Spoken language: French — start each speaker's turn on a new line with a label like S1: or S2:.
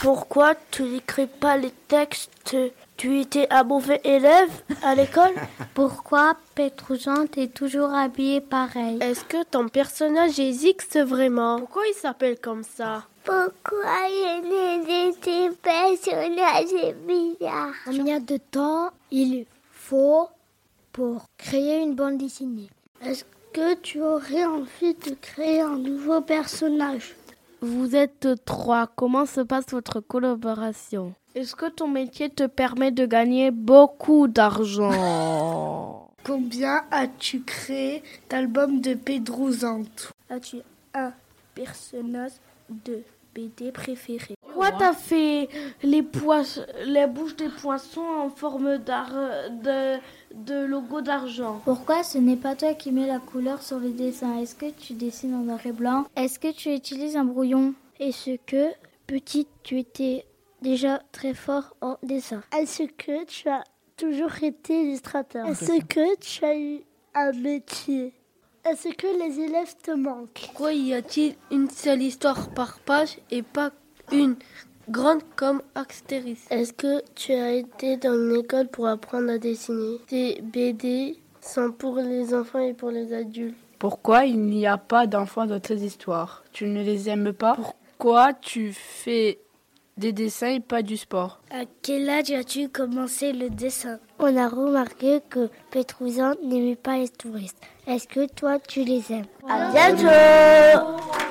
S1: Pourquoi tu n'écris pas les textes Tu étais un mauvais élève à l'école
S2: Pourquoi Pétrousant est toujours habillé pareil
S1: Est-ce que ton personnage existe vraiment Pourquoi il s'appelle comme ça
S3: Pourquoi je n'ai des personnages bizarres
S2: Combien de temps il faut pour créer une bande dessinée
S4: Est-ce que tu aurais envie de créer un nouveau personnage
S5: Vous êtes trois. Comment se passe votre collaboration Est-ce que ton métier te permet de gagner beaucoup d'argent
S4: Combien as-tu créé d'albums de Pédrouzante
S6: As-tu un personnage de BD préféré
S5: Pourquoi t'as fait les, poissons, les bouches des poissons en forme d'ar- de, de logo d'argent
S2: Pourquoi ce n'est pas toi qui mets la couleur sur les dessins Est-ce que tu dessines en noir et blanc Est-ce que tu utilises un brouillon
S7: Est-ce que, petite, tu étais déjà très fort en dessin
S3: Est-ce que tu as toujours été illustrateur
S7: Est-ce
S3: que tu as eu un métier Est-ce que les élèves te manquent
S6: Pourquoi y a-t-il une seule histoire par page et pas une grande comme Axtéris
S1: Est-ce que tu as été dans une école pour apprendre à dessiner Tes BD sont pour les enfants et pour les adultes.
S8: Pourquoi il n'y a pas d'enfants dans tes histoires Tu ne les aimes pas Pourquoi tu fais des dessins et pas du sport
S4: À quel âge as-tu commencé le dessin
S3: On a remarqué que Pétrouzan n'aimait pas les touristes. Est-ce que toi, tu les aimes
S1: À bientôt